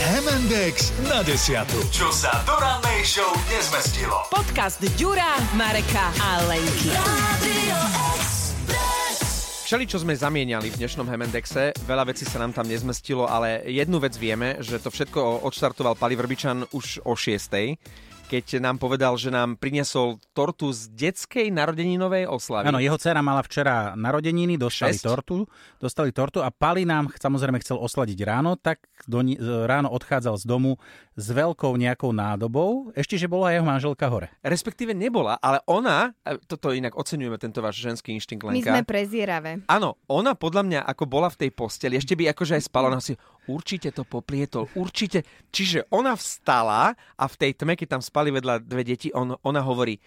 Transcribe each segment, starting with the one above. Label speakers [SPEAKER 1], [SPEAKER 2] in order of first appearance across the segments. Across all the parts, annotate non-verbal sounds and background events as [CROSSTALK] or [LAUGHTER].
[SPEAKER 1] Index na desiatu. Čo sa do rannej show nezmestilo.
[SPEAKER 2] Podcast Ďura, Mareka a Lenky.
[SPEAKER 3] Všeli, čo sme zamieniali v dnešnom Hemendexe, veľa vecí sa nám tam nezmestilo, ale jednu vec vieme, že to všetko odštartoval Pali Vrbičan už o 6 keď nám povedal, že nám priniesol tortu z detskej narodeninovej oslavy.
[SPEAKER 4] Áno, jeho dcera mala včera narodeniny, dostali
[SPEAKER 3] Šesť?
[SPEAKER 4] tortu, dostali tortu a Pali nám ch- samozrejme chcel osladiť ráno, tak do, ni- ráno odchádzal z domu s veľkou nejakou nádobou, ešte že bola jeho manželka hore.
[SPEAKER 3] Respektíve nebola, ale ona, e, toto inak oceňujeme, tento váš ženský inštinkt
[SPEAKER 5] My
[SPEAKER 3] Lenka.
[SPEAKER 5] sme prezieravé.
[SPEAKER 3] Áno, ona podľa mňa, ako bola v tej posteli, ešte by akože aj spala, ona si určite to poplietol, určite. Čiže ona vstala a v tej tme, keď tam spali vedľa dve deti, on, ona hovorí,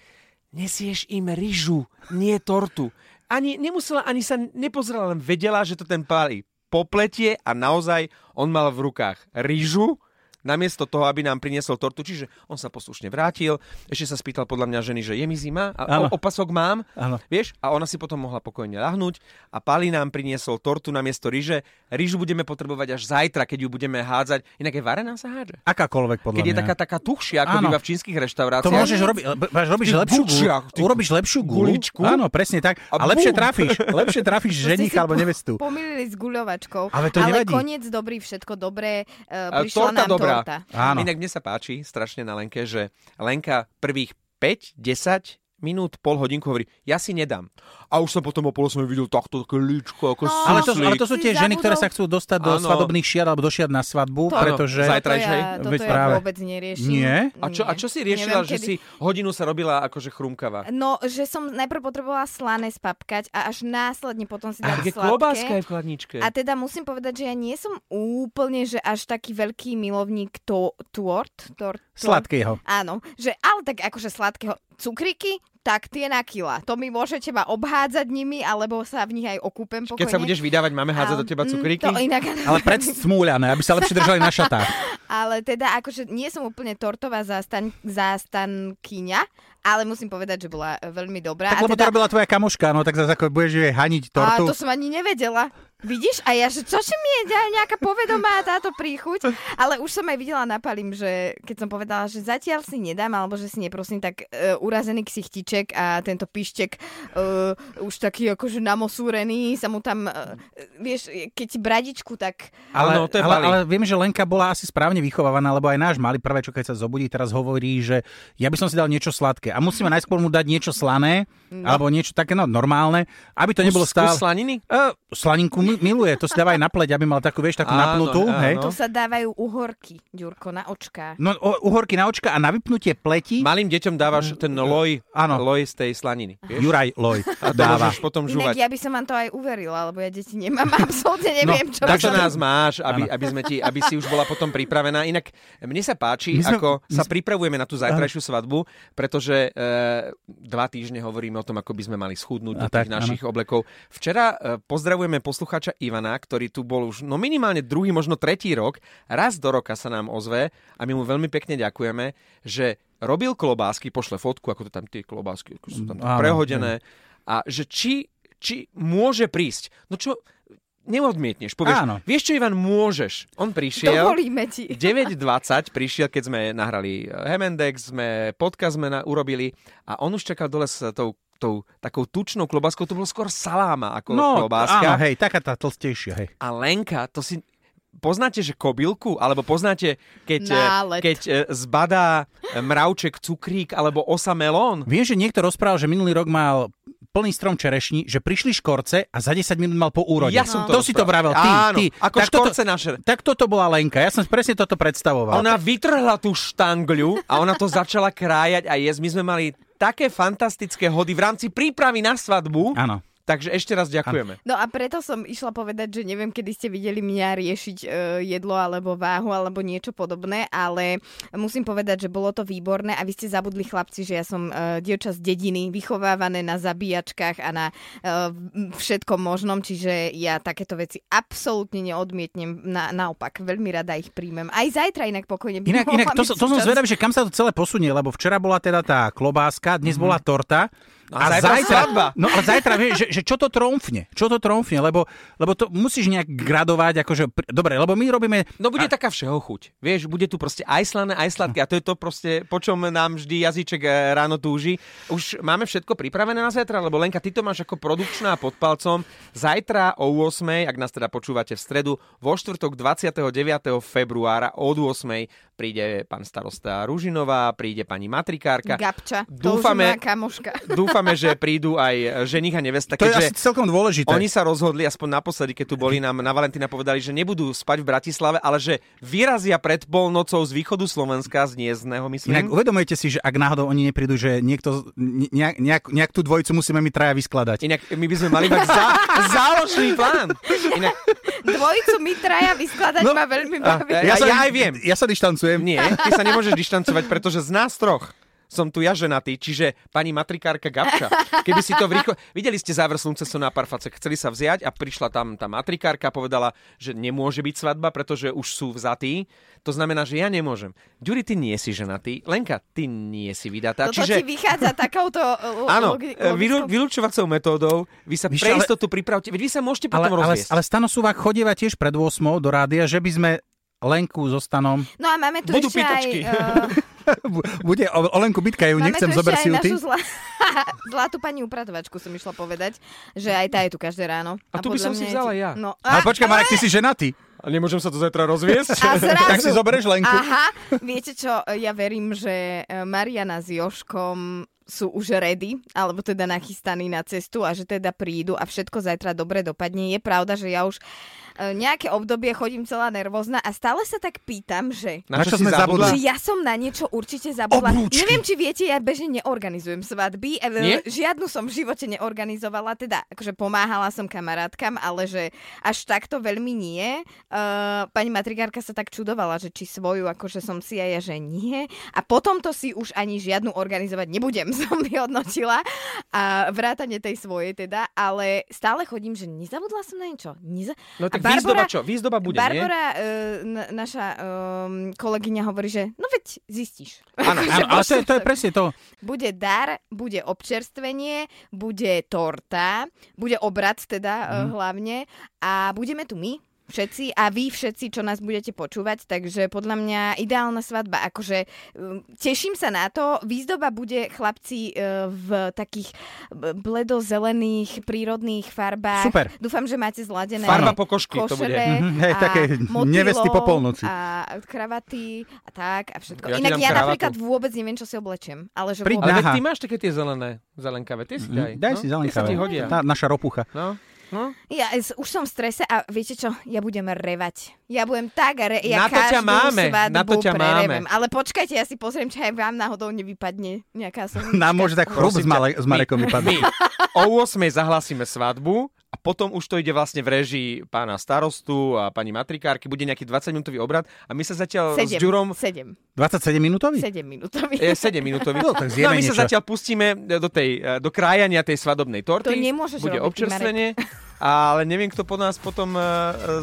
[SPEAKER 3] nesieš im ryžu, nie tortu. Ani nemusela, ani sa nepozrela, len vedela, že to ten pálí popletie a naozaj on mal v rukách ryžu, namiesto toho, aby nám priniesol tortu. Čiže on sa poslušne vrátil, ešte sa spýtal podľa mňa ženy, že je mi zima a
[SPEAKER 4] Áno.
[SPEAKER 3] o, opasok mám.
[SPEAKER 4] Áno.
[SPEAKER 3] Vieš, a ona si potom mohla pokojne ľahnúť a Pali nám priniesol tortu na miesto ryže. Rýžu budeme potrebovať až zajtra, keď ju budeme hádzať. Inak je varená sa hádže.
[SPEAKER 4] Akákoľvek podľa
[SPEAKER 3] Keď je
[SPEAKER 4] mňa.
[SPEAKER 3] taká, taká tuchšia, ako
[SPEAKER 4] Áno.
[SPEAKER 3] býva v čínskych
[SPEAKER 4] to
[SPEAKER 3] reštauráciách.
[SPEAKER 4] môžeš robiť, máš, robíš
[SPEAKER 3] Ty
[SPEAKER 4] lepšiu
[SPEAKER 3] gučiach, ty-
[SPEAKER 4] gulu, urobíš lepšiu gulu,
[SPEAKER 3] guličku?
[SPEAKER 4] áno, presne tak, a,
[SPEAKER 3] A
[SPEAKER 4] lepšie
[SPEAKER 3] bum.
[SPEAKER 4] trafíš, lepšie trafíš
[SPEAKER 5] To ste si
[SPEAKER 4] ženicha alebo
[SPEAKER 5] po-
[SPEAKER 4] nevestu.
[SPEAKER 5] Pomýlili s guľovačkou.
[SPEAKER 4] Ale to nevadí.
[SPEAKER 5] koniec dobrý, všetko dobré.
[SPEAKER 3] A
[SPEAKER 5] Uh, prišla nám torta.
[SPEAKER 4] Áno.
[SPEAKER 3] Inak mne sa páči strašne na Lenke, že Lenka prvých 5, 10 minút, pol hodinku hovorí, ja si nedám. A už som potom o pol som videl takto také líčko, ako
[SPEAKER 5] No.
[SPEAKER 4] Ale to, ale to sú
[SPEAKER 5] Si
[SPEAKER 4] tie ženy, ktoré sa
[SPEAKER 5] zabudol-
[SPEAKER 4] chcú dostať do
[SPEAKER 3] Áno.
[SPEAKER 4] svadobných šiat alebo do šiat na svadbu,
[SPEAKER 5] To-
[SPEAKER 4] pretože...
[SPEAKER 3] Áno, zajtra
[SPEAKER 5] Toto
[SPEAKER 3] Trajš, hej?
[SPEAKER 5] ja, toto
[SPEAKER 4] Veď
[SPEAKER 5] ja
[SPEAKER 4] práve.
[SPEAKER 5] vôbec neriešim.
[SPEAKER 4] Nie?
[SPEAKER 3] A čo, a čo si riešila,
[SPEAKER 5] Neviem,
[SPEAKER 3] že
[SPEAKER 5] kedy.
[SPEAKER 3] si hodinu sa robila akože chrumkava?
[SPEAKER 5] No, že som najprv potrebovala slané spapkať a až následne potom si dať
[SPEAKER 3] Tak je
[SPEAKER 5] sladké.
[SPEAKER 3] klobáska aj v chladničke.
[SPEAKER 5] A teda musím povedať, že ja nie som úplne, že až taký veľký milovník to, tort, tort, tort.
[SPEAKER 4] Sladkého.
[SPEAKER 5] Áno, že ale tak akože sladkého cukriky, tak tie na kila. To mi môžete ma obhádzať nimi, alebo sa v nich aj okúpem pokojne.
[SPEAKER 3] Keď sa budeš vydávať, máme hádzať do teba
[SPEAKER 5] Mm,
[SPEAKER 3] cukríky?
[SPEAKER 5] To inak,
[SPEAKER 4] Ale pred smúľané, aby sa lepšie držali na šatách.
[SPEAKER 5] ale teda akože nie som úplne tortová zástan, zástankyňa, ale musím povedať, že bola e, veľmi dobrá.
[SPEAKER 4] Tak
[SPEAKER 5] a
[SPEAKER 4] lebo
[SPEAKER 5] teda,
[SPEAKER 4] to robila tvoja kamoška, no tak zase ako budeš jej haniť
[SPEAKER 5] a
[SPEAKER 4] tortu.
[SPEAKER 5] to som ani nevedela. Vidíš? A ja, že čo si mi je nejaká povedomá táto príchuť? Ale už som aj videla na Palim, že keď som povedala, že zatiaľ si nedám, alebo že si neprosím, tak e, urazený ksichtiček a tento pištek e, už taký akože namosúrený, sa mu tam, e, vieš, keď ti bradičku, tak
[SPEAKER 4] Ale,
[SPEAKER 3] Áno, to je
[SPEAKER 4] ale,
[SPEAKER 3] Bali.
[SPEAKER 4] ale viem, že Lenka bola asi správne vychovávaná, lebo aj náš malý prvé, čo keď sa zobudí, teraz hovorí, že ja by som si dal niečo sladké. A musíme najskôr mu dať niečo slané, alebo niečo také no, normálne, aby to nebolo
[SPEAKER 3] Kus- kus
[SPEAKER 4] stále...
[SPEAKER 3] slaniny?
[SPEAKER 4] Uh, slaninku mi- miluje, to si dáva aj na pleť, aby mal takú, vieš, takú
[SPEAKER 3] Áno,
[SPEAKER 4] napnutú,
[SPEAKER 3] áno.
[SPEAKER 4] hej.
[SPEAKER 5] to sa dávajú uhorky, Ďurko, na očkách.
[SPEAKER 4] No, o- uhorky na očka a na vypnutie pleti
[SPEAKER 3] Malým deťom dávaš ten loj,
[SPEAKER 4] Mm. áno.
[SPEAKER 3] loj z tej slaniny. Vieš?
[SPEAKER 4] Juraj Loj
[SPEAKER 3] A to
[SPEAKER 4] dáva.
[SPEAKER 3] môžeš potom
[SPEAKER 5] Inak
[SPEAKER 3] žuvať.
[SPEAKER 5] ja by som vám to aj uverila, lebo ja deti nemám, [LAUGHS] absolútne neviem, čo
[SPEAKER 3] Tak
[SPEAKER 5] by
[SPEAKER 3] to
[SPEAKER 5] som... [LAUGHS]
[SPEAKER 3] nás máš, aby, aby, sme ti, aby si už bola potom pripravená. Inak mne sa páči,
[SPEAKER 4] My sme-
[SPEAKER 3] ako
[SPEAKER 4] my
[SPEAKER 3] sa
[SPEAKER 4] sme-
[SPEAKER 3] pripravujeme na tú zajtrajšiu svadbu, pretože e, dva týždne hovoríme o tom, ako by sme mali schudnúť do
[SPEAKER 4] A
[SPEAKER 3] tých
[SPEAKER 4] tak, áno.
[SPEAKER 3] našich oblekov. Včera e, pozdravujeme poslucháča Ivana, ktorý tu bol už no minimálne druhý, možno tretí rok. Raz do roka sa nám ozve a my mu veľmi pekne ďakujeme, že robil klobásky, pošle fotku, ako to tam tie klobásky ako sú tam tak
[SPEAKER 4] Áno,
[SPEAKER 3] prehodené. A že či, či môže prísť. No čo, neodmietneš. Povieš,
[SPEAKER 4] Áno.
[SPEAKER 3] vieš čo, Ivan, môžeš. On prišiel. [LAUGHS]
[SPEAKER 5] Dovolíme ti.
[SPEAKER 3] 9.20 prišiel, keď sme nahrali e, Hemendex, sme podcast sme na, urobili a on už čakal dole s tou, tou takou tučnou klobáskou, to bolo skôr saláma ako
[SPEAKER 4] No, áno,
[SPEAKER 3] klobáska.
[SPEAKER 4] hej, taká tá tlstejšia, hej.
[SPEAKER 3] A Lenka, to si poznáte, že kobylku? Alebo poznáte, keď, eh,
[SPEAKER 5] Nálet.
[SPEAKER 3] keď eh, zbadá mravček cukrík alebo osa melón?
[SPEAKER 4] Viem, že niekto rozprával, že minulý rok mal plný strom čerešní, že prišli škorce a za 10 minút mal po úrode.
[SPEAKER 3] Ja som to
[SPEAKER 4] to si to vravel,
[SPEAKER 3] rozprával.
[SPEAKER 4] ty,
[SPEAKER 3] Áno,
[SPEAKER 4] ty.
[SPEAKER 3] ako škorce na šer-
[SPEAKER 4] Tak toto bola Lenka, ja som presne toto predstavoval.
[SPEAKER 3] Ona vytrhla tú štangľu a ona to začala krájať a jesť. My sme mali také fantastické hody v rámci prípravy na svadbu.
[SPEAKER 4] Áno.
[SPEAKER 3] Takže ešte raz ďakujeme.
[SPEAKER 5] No a preto som išla povedať, že neviem, kedy ste videli mňa riešiť e, jedlo alebo váhu alebo niečo podobné, ale musím povedať, že bolo to výborné a vy ste zabudli chlapci, že ja som e, dievča z dediny, vychovávané na zabíjačkách a na e, m, všetkom možnom, čiže ja takéto veci absolútne neodmietnem, na, naopak veľmi rada ich príjmem. Aj zajtra inak pokojne by
[SPEAKER 4] Inak,
[SPEAKER 5] mohla
[SPEAKER 4] inak to, to
[SPEAKER 5] byť
[SPEAKER 4] som
[SPEAKER 5] súčasť.
[SPEAKER 4] zvedavý, že kam sa to celé posunie, lebo včera bola teda tá klobáska, dnes bola torta
[SPEAKER 3] Mhm. A zajtra svadba.
[SPEAKER 4] No a zajtra, vieš, že, že čo to tromfne? Čo to tromfne? Lebo, lebo to musíš nejak gradovať, akože... pr- Dobre, lebo my robíme...
[SPEAKER 3] No bude taká všehochuť. Vieš, bude tu proste aj slané, aj sladké. A to je to proste, po čom nám vždy jazyček e, ráno túži. Už máme všetko pripravené na zajtra, lebo Lenka, ty to máš ako produkčná pod palcom. Zajtra o 8, ak nás teda počúvate v stredu, vo štvrtok 29. februára od 8 príde pán starosta Ružinová, príde pani matrikárka.
[SPEAKER 5] Gabča, to už má
[SPEAKER 3] Dúfame,
[SPEAKER 5] kamoška.
[SPEAKER 3] dúfame, že prídu aj ženich a nevesta.
[SPEAKER 4] To je
[SPEAKER 3] keďže-
[SPEAKER 4] asi celkom dôležité.
[SPEAKER 3] oni sa rozhodli, aspoň naposledy, keď tu boli nám na Valentína, povedali, že nebudú spať v Bratislave, ale že vyrazia pred polnocou z východu Slovenska, z Niezného,
[SPEAKER 4] Inak
[SPEAKER 3] myslím. Inak,
[SPEAKER 4] uvedomujete si, že ak náhodou oni neprídu, že niekto, nejak, nejak, nejak tú dvojicu musíme my traja vyskladať.
[SPEAKER 3] Inak my by sme mali mať zá, [LAUGHS] záložný plán. Inak,
[SPEAKER 5] Dvojicu my traja vyskladať
[SPEAKER 4] No,
[SPEAKER 5] ma veľmi
[SPEAKER 3] a-
[SPEAKER 5] baví.
[SPEAKER 3] ja sa- aj viem.
[SPEAKER 4] Ja sa dištancujem.
[SPEAKER 3] nie, ty sa nemôžeš dištancovať, pretože z nás troch som tu ja ženatý, čiže pani matrikárka Gabča. Keby si to v rýchlo... Videli ste záver slunce sú na parface, chceli sa vziať a prišla tam tá matrikárka a povedala, že nemôže byť svadba, pretože už sú vzatí. To znamená, že ja nemôžem. Ďuri, ty nie si ženatý. Lenka, ty nie si vydatá.
[SPEAKER 5] Toto ti vychádza takouto uh,
[SPEAKER 3] Áno, e,
[SPEAKER 5] logi-
[SPEAKER 3] vylu-
[SPEAKER 5] logickou-
[SPEAKER 3] vylúčovacou metódou vy sa
[SPEAKER 4] Víš,
[SPEAKER 3] pre
[SPEAKER 4] ale-
[SPEAKER 3] istotu pripravte, veď vy sa môžete
[SPEAKER 4] Ale,
[SPEAKER 3] potom
[SPEAKER 4] ale,
[SPEAKER 3] rozviesť.
[SPEAKER 4] ale Stano Suvák chodieva tiež pred 8 do rádia, že by sme Lenku so Stanom...
[SPEAKER 5] No a máme tu
[SPEAKER 3] Budú [LAUGHS]
[SPEAKER 5] ešte aj...
[SPEAKER 3] pýtačky.
[SPEAKER 5] Uh,
[SPEAKER 4] Bude o, o Lenku bitka, ju nechcem,
[SPEAKER 5] máme tu
[SPEAKER 4] zober
[SPEAKER 5] ešte
[SPEAKER 4] si ju
[SPEAKER 5] aj
[SPEAKER 4] ty.
[SPEAKER 5] našu zla... [LAUGHS] zlatú pani upratovačku som išla povedať, že aj tá je tu každé ráno.
[SPEAKER 3] A tu by
[SPEAKER 5] podľa
[SPEAKER 3] som si
[SPEAKER 5] mňa je
[SPEAKER 3] vzala
[SPEAKER 5] ti-
[SPEAKER 3] ja.
[SPEAKER 5] No,
[SPEAKER 4] Ale počkaj, Marek, ty si ženatý.
[SPEAKER 3] Nemôžem sa to zajtra rozviesť?
[SPEAKER 5] A zrazu...
[SPEAKER 4] [LAUGHS] Tak si zoberieš Lenku.
[SPEAKER 5] Aha, viete čo, ja verím, že e, Mariana s Joškom sú už ready, alebo teda nachystaní na cestu a že teda prídu a všetko zajtra dobre dopadne. Je pravda, že ja už e, nejaké obdobie chodím celá nervózna a stále sa tak pýtam, že
[SPEAKER 3] Na
[SPEAKER 4] Na
[SPEAKER 3] čo,
[SPEAKER 4] čo sme
[SPEAKER 3] si zabudla?
[SPEAKER 5] že ja som na niečo určite zabudla.
[SPEAKER 4] Oblúčky.
[SPEAKER 5] Neviem, či viete, ja bežne neorganizujem svadby. e,
[SPEAKER 3] Nie?
[SPEAKER 5] Žiadnu som v živote neorganizovala, teda akože pomáhala som kamarátkam, ale že až takto veľmi nie. Uh, pani matrikárka sa tak čudovala, že či svoju, akože som si aj ja, že nie. A potom to si už ani žiadnu organizovať nebudem, [LAUGHS] som vyhodnotila. A vrátane tej svojej teda, ale stále chodím, že nezabudla som na niečo. Neza...
[SPEAKER 3] No tak
[SPEAKER 5] A
[SPEAKER 3] výzdoba
[SPEAKER 5] Barbora-
[SPEAKER 3] čo? Výzdoba bude, nie?
[SPEAKER 5] Barbara, e, na, naša um, kolegyňa hovorí, že no veď zistíš.
[SPEAKER 3] Áno,
[SPEAKER 5] [LAUGHS] Akože
[SPEAKER 4] Áno, ale to je, to je
[SPEAKER 5] vo štvrtok.
[SPEAKER 4] presne to.
[SPEAKER 5] Bude dar, bude občerstvenie, bude torta, bude obrad
[SPEAKER 4] Mhm.
[SPEAKER 5] teda mm. hlavne a budeme tu my všetci a vy všetci, čo nás budete počúvať, takže podľa mňa ideálna svadba. Akože um, teším sa na to, výzdoba bude chlapci e, v takých b- bledozelených prírodných farbách.
[SPEAKER 4] Super.
[SPEAKER 5] Dúfam, že máte zladené
[SPEAKER 3] Farba pokožky to
[SPEAKER 5] [LAUGHS]
[SPEAKER 3] bude.
[SPEAKER 5] košele
[SPEAKER 4] Mhm, hej,
[SPEAKER 5] a
[SPEAKER 4] také
[SPEAKER 5] motýlov
[SPEAKER 4] nevesty po polnoci.
[SPEAKER 5] A kravaty a tak a všetko.
[SPEAKER 3] Ja ti
[SPEAKER 5] Inak
[SPEAKER 3] dám
[SPEAKER 5] ja
[SPEAKER 3] kravatu.
[SPEAKER 5] napríklad vôbec neviem, čo si oblečiem. Ale že
[SPEAKER 4] Pri-
[SPEAKER 3] Ale
[SPEAKER 5] vôbec.
[SPEAKER 3] veď
[SPEAKER 4] Aha. Mhm.
[SPEAKER 3] ty máš také tie zelené, zelenkavé, tie si daj.
[SPEAKER 4] Daj
[SPEAKER 3] no?
[SPEAKER 4] si
[SPEAKER 3] Tie sa
[SPEAKER 4] zelenkavé.
[SPEAKER 3] ti hodia.
[SPEAKER 4] Tá naša ropucha.
[SPEAKER 3] No, no.
[SPEAKER 5] Ja s- už som v strese a viete čo? Ja budem revať. Ja budem tak re... Ja
[SPEAKER 3] Na to ťa
[SPEAKER 5] každú
[SPEAKER 3] máme,
[SPEAKER 5] svadbu
[SPEAKER 3] na to ťa
[SPEAKER 5] prerevem.
[SPEAKER 3] máme.
[SPEAKER 5] Ale počkajte, ja si pozriem, či aj vám náhodou nevypadne
[SPEAKER 3] [LAUGHS]
[SPEAKER 5] nejaká som.
[SPEAKER 4] Nám môže tak chrup s,
[SPEAKER 3] Prosím ťa,
[SPEAKER 4] Male, s Marekom
[SPEAKER 3] My
[SPEAKER 4] vypadnúť.
[SPEAKER 3] o 8 zahlásime svadbu a potom už to ide vlastne v režii pána starostu a pani matrikárky. Bude nejaký 20-minútový obrad a my sa zatiaľ s
[SPEAKER 5] Sedem,
[SPEAKER 3] Ďurom...
[SPEAKER 5] sedem,
[SPEAKER 4] 27 minútový?
[SPEAKER 5] sedem minútový.
[SPEAKER 3] Je 7 minútový.
[SPEAKER 4] No,
[SPEAKER 3] no a
[SPEAKER 4] tak zjeme
[SPEAKER 3] my
[SPEAKER 4] niečo.
[SPEAKER 3] sa zatiaľ pustíme do, tej, e, do krájania tej svadobnej torty.
[SPEAKER 5] To nemôžeš
[SPEAKER 3] Bude
[SPEAKER 5] robiť,
[SPEAKER 3] občerstvenie. Ale neviem, kto po nás potom e,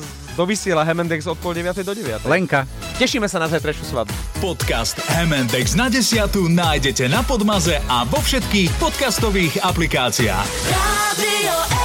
[SPEAKER 3] e, dovysiela Hemendex od pol 9 do 9.
[SPEAKER 4] Lenka.
[SPEAKER 3] Tešíme sa na zajtrajšiu svadbu.
[SPEAKER 1] Podcast Hemendex na desiatu nájdete na Podmaze a vo všetkých podcastových aplikáciách.
[SPEAKER 6] Radio